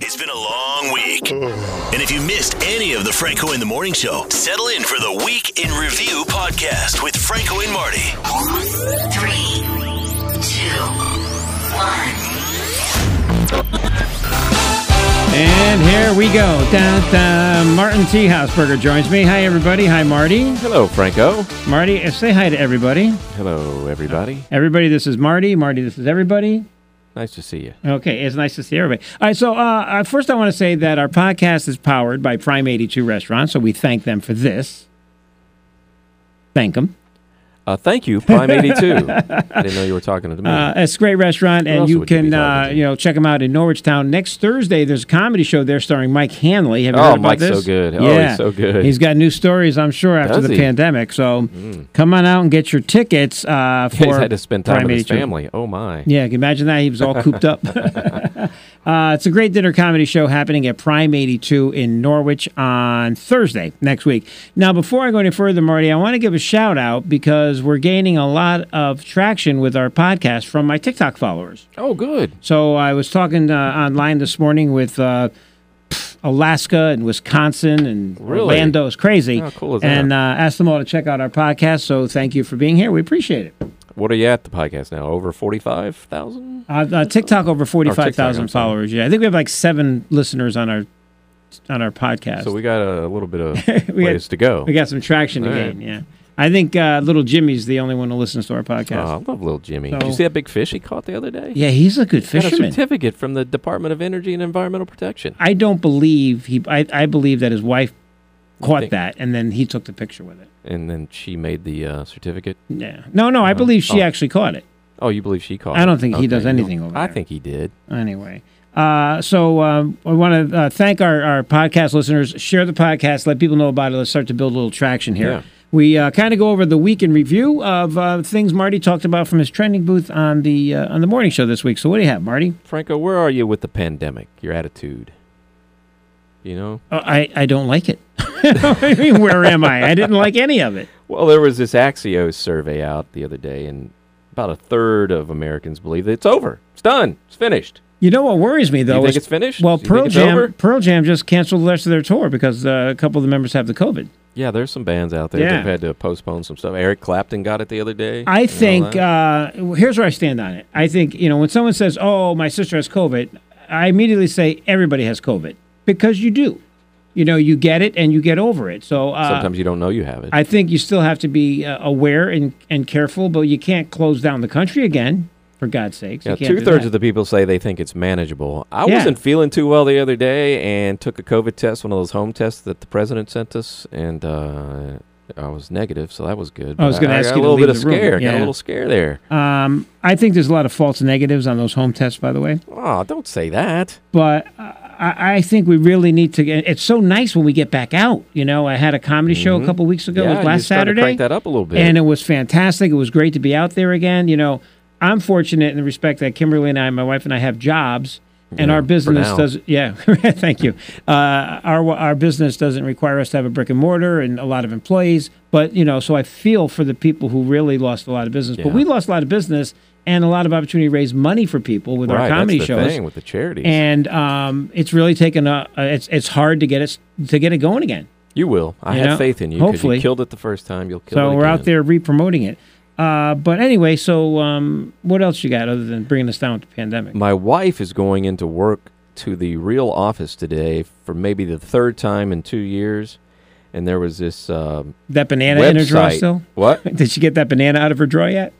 It's been a long week. and if you missed any of the Franco in the Morning Show, settle in for the Week in Review podcast with Franco and Marty. Three, two, one. And here we go. Da, da. Martin T. Hausberger joins me. Hi, everybody. Hi, Marty. Hello, Franco. Marty, uh, say hi to everybody. Hello, everybody. Everybody, this is Marty. Marty, this is everybody. Nice to see you. Okay, it's nice to see everybody. All right, so uh, uh, first I want to say that our podcast is powered by Prime 82 Restaurant, so we thank them for this. Thank them. Uh, thank you, Prime 82. I didn't know you were talking to me. Uh, it's a great restaurant, and else you would you be can uh, talking to? you know check them out in Norwich Town next Thursday. There's a comedy show there starring Mike Hanley. Have you Oh, heard about Mike's this? so good. Yeah. Oh, he's so good. He's got new stories, I'm sure, after Does the he? pandemic. So come on out and get your tickets uh, for. He's had to spend time Prime with his 82. family. Oh, my. Yeah, can you imagine that? He was all cooped up. uh, it's a great dinner comedy show happening at Prime 82 in Norwich on Thursday next week. Now, before I go any further, Marty, I want to give a shout out because we're gaining a lot of traction with our podcast from my TikTok followers. Oh, good. So I was talking uh, online this morning with uh, pff, Alaska and Wisconsin and Really? Orlando. It's crazy. How cool is that? and uh, asked them all to check out our podcast. So thank you for being here. We appreciate it. What are you at the podcast now? Over 45,000? Uh, uh, TikTok over forty-five thousand I'm sorry. followers. Yeah, I think we have like seven listeners on our on our podcast. So we got a little bit of We got- ways to go. we got some traction to All gain. right. Yeah, I think uh, little Jimmy's the only one who listens to our Oh, podcast. I love little Jimmy. So- Did you see that big fish he caught the other day? yeah, he's a good Got a fisherman. certificate from the Department of Energy and Environmental Protection. I don't believe he. I, I believe that his wife caught think- that, and then he took the picture with it. And then she made the uh, certificate. Yeah. No, no, I believe she Oh. actually caught it. Oh, you believe she caught I it? don't think he Okay. does You don't- anything over I there. think he did. Anyway. Uh, so um, I want to uh, thank our, our podcast listeners. Share the podcast. Let people know about it. Let's start to build a little traction here. Yeah. We uh, kind of go over the week in review of uh, things Marty talked about from his trending booth on the uh, on the morning show this week. So what do you have, Marty? Franco, where are you with the pandemic? Your attitude. You know? Uh, I I don't like it. I mean, where am I? I didn't like any of it. Well, there was this Axios survey out the other day, and about a third of Americans believe that it's over. It's done. It's finished. You know what worries me though think is it's finished? Well, Do you think Pearl it's Jam over? Pearl Jam just canceled the rest of their tour because uh, a couple of the members have the COVID. Yeah, there's some bands out there Yeah. that've had to postpone some stuff. Eric Clapton got it the other day. and I all think that. uh, here's where I stand on it. I think you know when someone says, "Oh, my sister has COVID," I immediately say everybody has COVID because you do. You know, you get it and you get over it. So uh, sometimes you don't know you have it. I think you still have to be uh, aware and and careful, but you can't close down the country again. For God's sakes, yeah, two thirds of the people say they think it's manageable. I Yeah. wasn't feeling too well the other day and took a COVID test, one of those home tests that the president sent us, and uh, I was negative, so that was good. I was But gonna ask got you to a little leave bit of the room. scare. Got Yeah. a little scare there. Um, I think there's a lot of false negatives on those home tests, by the way. oh, don't say that. but I, I think we really need to get. It's so nice when we get back out. You know, I had a comedy show a couple weeks ago. it Mm-hmm. yeah, was you last started to Saturday, crank that up a little bit. and it was fantastic. It was great to be out there again. You know, I'm fortunate in the respect that Kimberly and I, my wife and I, have jobs. And Yeah, our for business now. does, yeah. thank you. Uh, our our business doesn't require us to have a brick and mortar and a lot of employees, but you know, so I feel for the people who really lost a lot of business. But Yeah. we lost a lot of business and a lot of opportunity to raise money for people with our right, comedy that's the shows thing with the charities. and um, it's really taken a. a- It's it's hard to get it to get it going again. you will. I you have know, faith in you. 'cause hopefully. you killed it the first time. You'll kill it. So we're out again. there re-promoting it. Uh, but anyway, so um, what else you got other than bringing us down with the pandemic? My wife is going into work to the real office today for maybe the third time in two years, and there was this um, That banana in her drawer website. still? What? Did she get that banana out of her drawer yet?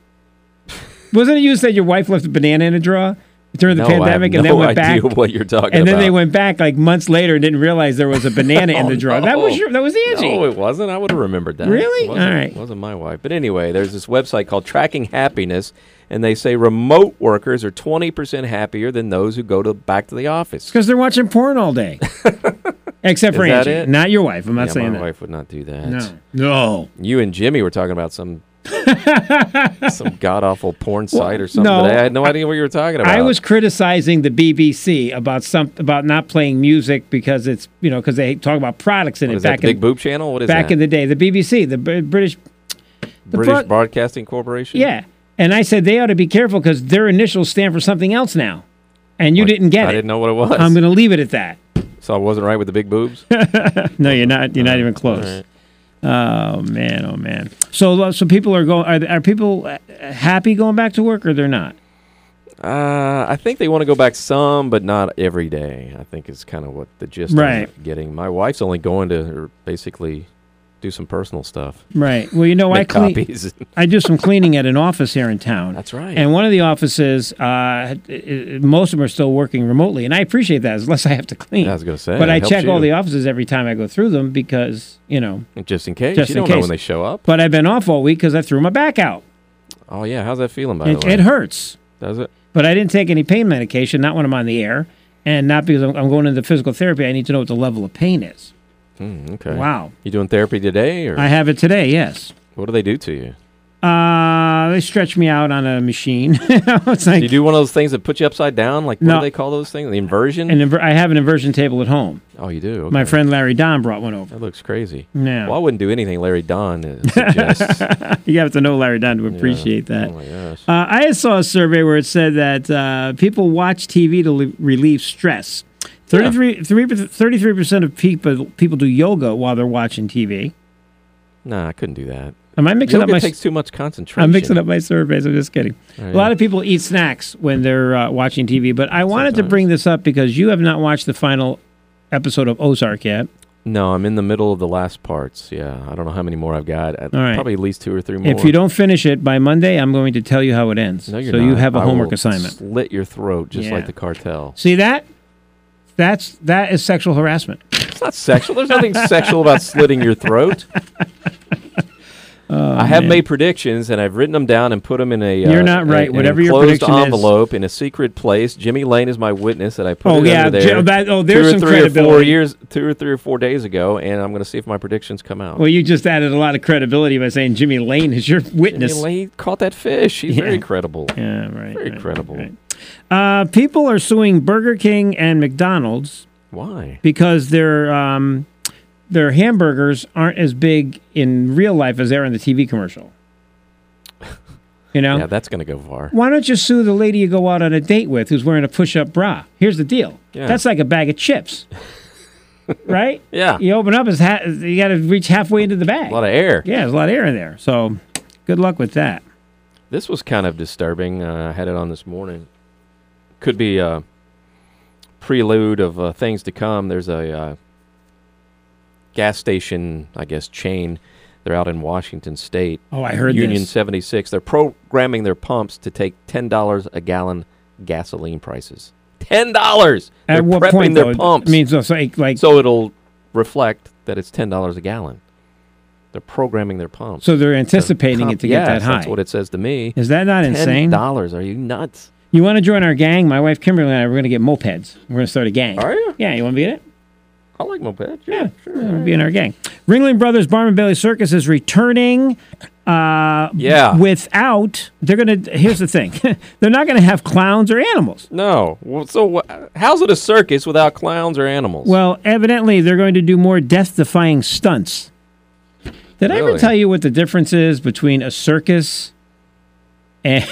Wasn't it you said your wife left a banana in a drawer during the no, I have pandemic and no then went idea back? what you're talking And then about. they went back like months later and didn't realize there was a banana in Oh, the drawer. That was no. your, that was Angie. No, it wasn't. I would have remembered that. Really? It wasn't- All right. It wasn't my wife. But anyway, there's this website called Tracking Happiness, and they say remote workers are 20% happier than those who go to back to the office. Because they're watching porn all day. Except for Is that Angie, it? not your wife. I'm not yeah, saying my that. wife would not do that. No. No. You and Jimmy were talking about some some god awful porn site or something. no. today. I had no idea what you were talking about. I was criticizing the BBC about some about not playing music because it's you know because they talk about products in What it is that back the in Big Boob Channel? What is back that? in the day. The BBC, the Br- British, the British broad- Broadcasting Corporation. yeah. And I said they ought to be careful because their initials stand for something else now, and you Like, didn't get I it. didn't know what it was. I'm going to leave it at that. so I wasn't right with the big boobs. No, you're not. You're not even close. Oh man! Oh man! So so people are going. Are, are people uh, happy going back to work or they're not? Uh, I think they want to go back some, but not every day. I think is kind of what the gist Right. I'm getting. My wife's only going to basically do some personal stuff, Right. Well, you know, I make clean. copies. I do some cleaning at an office here in town. That's right. And one of the offices, uh, i- i- most of them are still working remotely, and I appreciate that, unless I have to clean. I was gonna say, But it I helps check all the you. offices every time I go through them because you know. just in case Just you in don't know case. when they show up. But I've been off all week because I threw my back out. Oh yeah, how's that feeling by It, the way? it hurts, Does it? but I didn't take any pain medication. Not when I'm on the air, and not because I'm, I'm going into physical therapy. I need to know what the level of pain is. Mm, okay. Wow. You doing therapy today, or I have it today. Yes. what do they do to you? Uh, they stretch me out on a machine. it's like Do you do one of those things that put you upside down? Like what No. do they call those things? The inversion? an inver- I have an inversion table at home. oh, you do. My okay. friend Larry Don brought one over. That looks crazy. Yeah. Well, I wouldn't do anything Larry Don uh, suggests. Yeah. You have to know Larry Don to appreciate that. Oh my gosh. Uh, I saw a survey where it said that uh, people watch TV to le- relieve stress. 33, 33 percent of people people do yoga while they're watching TV. Nah, I couldn't do that. Am I mixing Yoga up my? takes too much concentration. I'm mixing up my surveys. I'm just kidding. A lot of people eat snacks when they're uh, watching TV, but I wanted to Sometimes. bring this up because you have not watched the final episode of Ozark yet. No, I'm in the middle of the last parts. Yeah, I don't know how many more I've got. I, All right. Probably at least two or three more. If you don't finish it by Monday, I'm going to tell you how it ends. no, you're so not. you have a I homework will assignment. Slit your throat just Yeah. like the cartel. See that? That's that is sexual harassment. It's not sexual. There's nothing sexual about slitting your throat. I have made predictions and I've written them down and put them in a. Oh, You're not right. an Whatever your enclosed prediction is- envelope in a secret place. Jimmy Lane is my witness that I put. Oh, it yeah, under Jim- there. that- oh, two there's or some three Or four credibility. years, two or three or four days ago, and I'm going to see if my predictions come out. Well, you just added a lot of credibility by saying Jimmy Lane is your Jimmy witness. Lane caught that fish. He's Yeah. very credible. Yeah, right. Very right, credible. right. Uh, people are suing Burger King and McDonald's Why? because their um, their hamburgers aren't as big in real life as they are in the TV commercial. You know, Yeah, that's going to go far. why don't you sue the lady you go out on a date with who's wearing a push-up bra? Here's the deal. Yeah. That's like a bag of chips, right? Yeah. You open up, it's ha- you got to reach halfway into the bag. A lot of air. yeah, there's a lot of air in there. So, good luck with that. This was kind of disturbing. Uh, I had it on this morning. Could be a prelude of uh, things to come. There's a uh, gas station, I guess, chain. They're out in Washington State. Oh, I heard Union this. 76. They're programming their pumps to take $10 a gallon gasoline prices. $10! They're At what prepping point their though? pumps I mean, so it's like like so, so it'll reflect that it's $10 a gallon. They're programming their pumps. they're anticipating it to get that Yes, high. That's what it says to me. Is that not insane? dollars? Are you nuts? You want to join our gang? My wife Kimberly and I we're going to get mopeds. We're going to start a gang. Are you? Yeah, you want to be in it? I like moped. Yeah, sure. Be in our gang. Ringling Brothers Barnum and Bailey Circus is returning. Uh, Yeah. Without, they're gonna. Here's the thing, they're not gonna have clowns or animals. No. Well, so wha- how's it a circus without clowns or animals? Well, evidently, they're going to do more death-defying stunts. Did I ever Really? tell you what the difference is between a circus and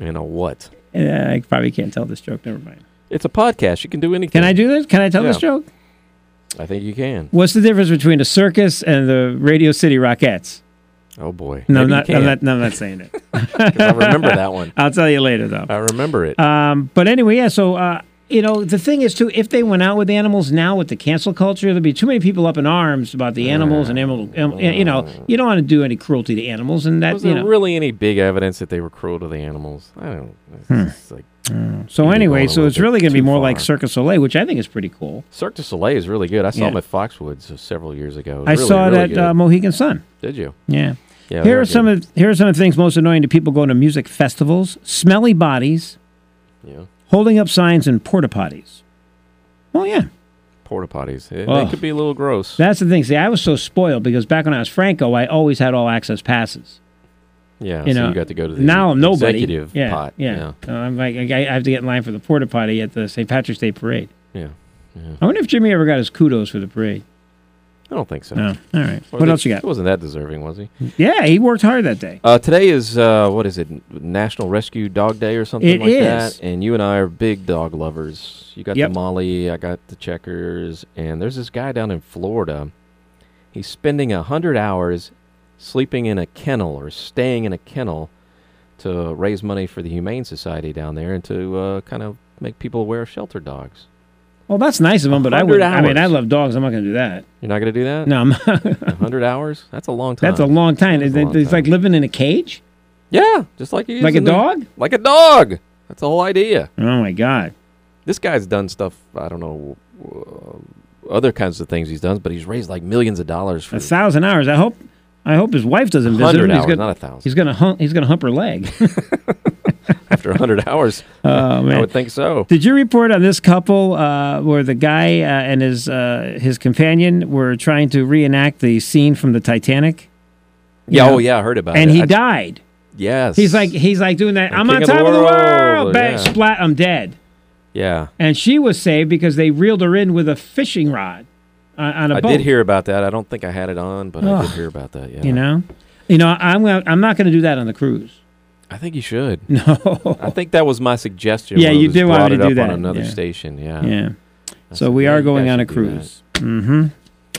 you know what? Uh, I probably can't tell this joke. Never mind. It's a podcast. You can do anything. Can I do this? Can I tell this Yeah. joke? I think you can. What's the difference between a circus and the Radio City Rockettes? Oh boy. No, I'm Maybe you not, I'm can, not. no, I'm not saying it. 'cause I remember that one. I'll tell you later, though. I remember it. Um, but anyway, yeah. So uh, you know, the thing is too, if they went out with animals now with the cancel culture, there'd be too many people up in arms about the animals and animal. Um, you know, you don't want to do any cruelty to animals, and that Was you there know. really any big evidence that they were cruel to the animals? I don't. It's Hmm. just like so you're going anyway, a so little it's bit really going to be too more far. like Circus Soleil, which I think is pretty cool. Cirque du Soleil is really good. I saw Yeah. them at Foxwoods uh, several years ago. I Really, saw really it at good. uh, Mohegan Sun. Did you? Yeah. Yeah. Here are some of here are some of the things most annoying to people going to music festivals: smelly bodies, yeah. holding up signs, and porta potties. Well, yeah, porta potties. It, Ugh. they could be a little gross. that's the thing. See, I was so spoiled because back when I was Franco, I always had all access passes. yeah. You so know, you got to go to the now I'm nobody. executive yeah, pot. yeah. Uh, I'm like, I I have to get in line for the porta potty at the St. Patrick's Day parade. Yeah. yeah. I wonder if Jimmy ever got his kudos for the parade. I don't think so. No. All right. Or what they- else you got? He wasn't that deserving, was he? Yeah, he worked hard that day. Uh, today is uh, what is it? National Rescue Dog Day or something It like is. that. And you and I are big dog lovers. You got Yep. the Molly, I got the Checkers, and there's this guy down in Florida. He's spending a hundred hours sleeping in a kennel or staying in a kennel to raise money for the Humane Society down there and to uh, kind of make people aware of shelter dogs. Well, that's nice of him, but I 100 would. I mean, hours. I love dogs. I'm not going to do that. You're not going to do that? No, I'm, A hundred hours? That's a long time. that's a long time. That's It's, a long it's like time. living in a cage, yeah, just like you. like a dog. Like a dog. That's the whole idea. Oh my god. this guy's done stuff i don't know uh, other kinds of things he's done but he's raised like millions of dollars for a thousand hours. I hope, I hope his wife doesn't visit 100 him. hours He's gonna, not a thousand he's gonna hump, he's gonna hump her leg. after 100 hours oh i man. would think so Did you report on this couple uh, where the guy uh, and his uh, his companion were trying to reenact the scene from the Titanic, yeah Yeah. oh yeah i heard about and it he I- died? yes He's like he's like doing that. I'm I'm on king of the top of the world," world. Bang, yeah. splat. I'm dead. yeah And she was saved because they reeled her in with a fishing rod on, on a i boat. did hear about that i don't think i had it on but i did hear about that yeah You know, you know. I'm gonna, I'm not gonna do that on the cruise. i think you should No. i think that was my suggestion Yeah, when it you was did want brought me to it up do on that, another yeah. station yeah, Yeah. I So said, we "Yeah, are you going guys on a should do that." cruise. hmm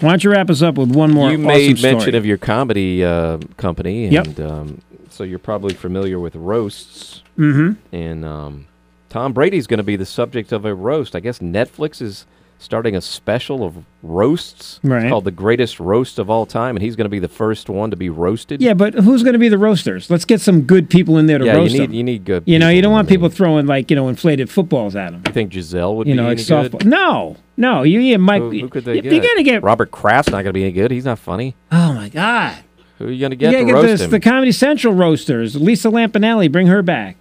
Why don't you wrap us up with one more? you made awesome mention story. of your comedy uh, company and Yep. um, so you're probably familiar with roasts Mhm. and um, Tom Brady's going to be the subject of a roast. I guess Netflix is starting a special of roasts. Right. It's called the greatest roast of all time, and he's going to be the first one to be roasted. Yeah, but who's going to be the roasters? Let's get some good people in there to yeah. roast you need them. you need good. You know, you don't want I mean, people throwing like you know inflated footballs at them. You think Giselle would You be know, like any good? softball. No, no. You, you might. Who, who could they you, get? you gotta get. Robert Kraft's not going to be any good. He's not funny. Oh my god. Who are you going to get you to gotta roast the, him? the Comedy Central roasters. Lisa Lampanelli, bring her back.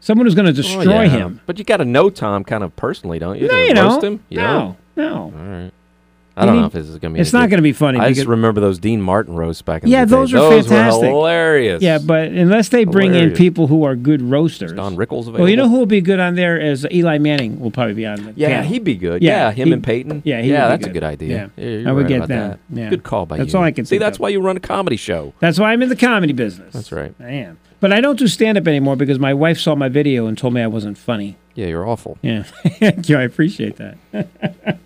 Someone who's going to Oh, destroy yeah. him. But you got to know Tom kind of personally, don't you? No, to you roast know. him. You No, know? no. All right. I You don't need- know if this is going to be. It's any not good. going to be funny. I because- just remember those Dean Martin roasts back in Yeah, the day. those were fantastic. Were hilarious. Yeah, but unless they bring in Hilarious. people who are good roasters. Don Rickles available. well, you know who will be good on there is Eli Manning will probably be on the Yeah, panel. he'd be good. Yeah, Yeah, him he- and Peyton. yeah, he would yeah, be that's good. a good idea. Yeah. Yeah, you're I would right get about them. that. Yeah. Good call by That's you. all I can See, think that's of. why you run a comedy show. That's why I'm in the comedy business. That's right. I am. But I don't do stand up anymore because my wife saw my video and told me I wasn't funny. Yeah, you're awful. Yeah. Thank you. I appreciate that. and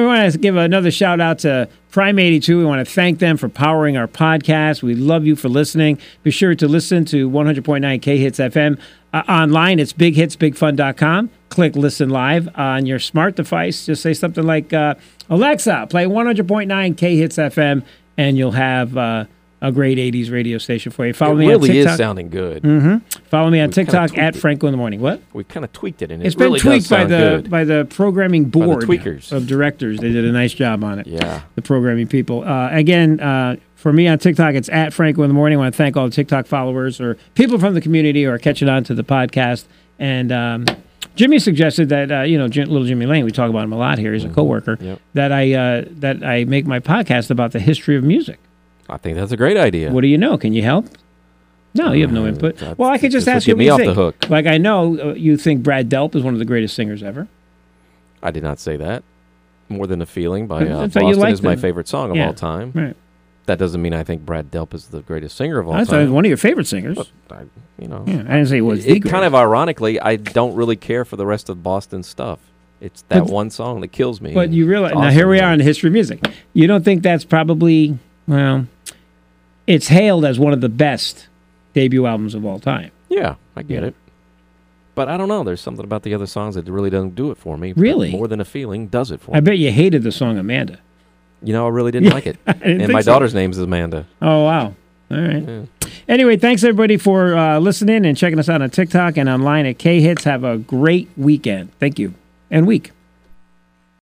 we want to give another shout out to Prime82. We want to thank them for powering our podcast. We love you for listening. Be sure to listen to 100.9 K Hits FM uh, online. It's bighitsbigfun.com. Click listen live on your smart device. Just say something like, uh, Alexa, play 100.9 K Hits FM, and you'll have uh, a great 80s radio station for you. Follow it me on really Oh, TikTok. Mm-hmm. is sounding good. Follow me on kinda TikTok at tweaked it. Franco in the Morning. What? We kind of tweaked it, and It's it really been tweaked does by sound the good. by the programming the board tweakers. of directors. They did a nice job on it. Yeah. the programming people. Uh, again, uh, for me on TikTok, it's at Franco in the morning. I want to thank all the TikTok followers or people from the community who are catching on to the podcast. And um, Jimmy suggested that uh, you know Jim, little Jimmy Lane. We talk about him a lot here. He's a coworker. Mm-hmm. Yep. That I uh, that I make my podcast about the history of music. I think that's a great idea. What do you know? Can you help? No, you have no Uh, input. that's- Well, I could this just will ask you get what me you off the think. hook. Like I know uh, you think Brad Delp is one of the greatest singers ever. I did not say that. More than a feeling by I uh, thought you Boston liked is my them. favorite song of Yeah. all time. Right. That doesn't mean I think Brad Delp is the greatest singer of all I thought he was time. one of your favorite singers. I, you know, Yeah, I didn't say it was the it, it kind greatest. of ironically, I don't really care for the rest of Boston stuff. It's that But- one song that kills me. But and you it's realize now awesome, here we but- are in the history of music. You don't think that's probably well, it's hailed as one of the best debut albums of all time. Yeah, I get Yeah. it. But I don't know. There's something about the other songs that really doesn't do it for me. but Really? more than a feeling does it for I me. bet you hated the song Amanda. You know, I really didn't like it. didn't and think my so. daughter's name is Amanda. Oh wow. All right. Anyway, thanks everybody for uh, listening and checking us out on TikTok and online at K Hits. Have a great weekend. Thank you. And week.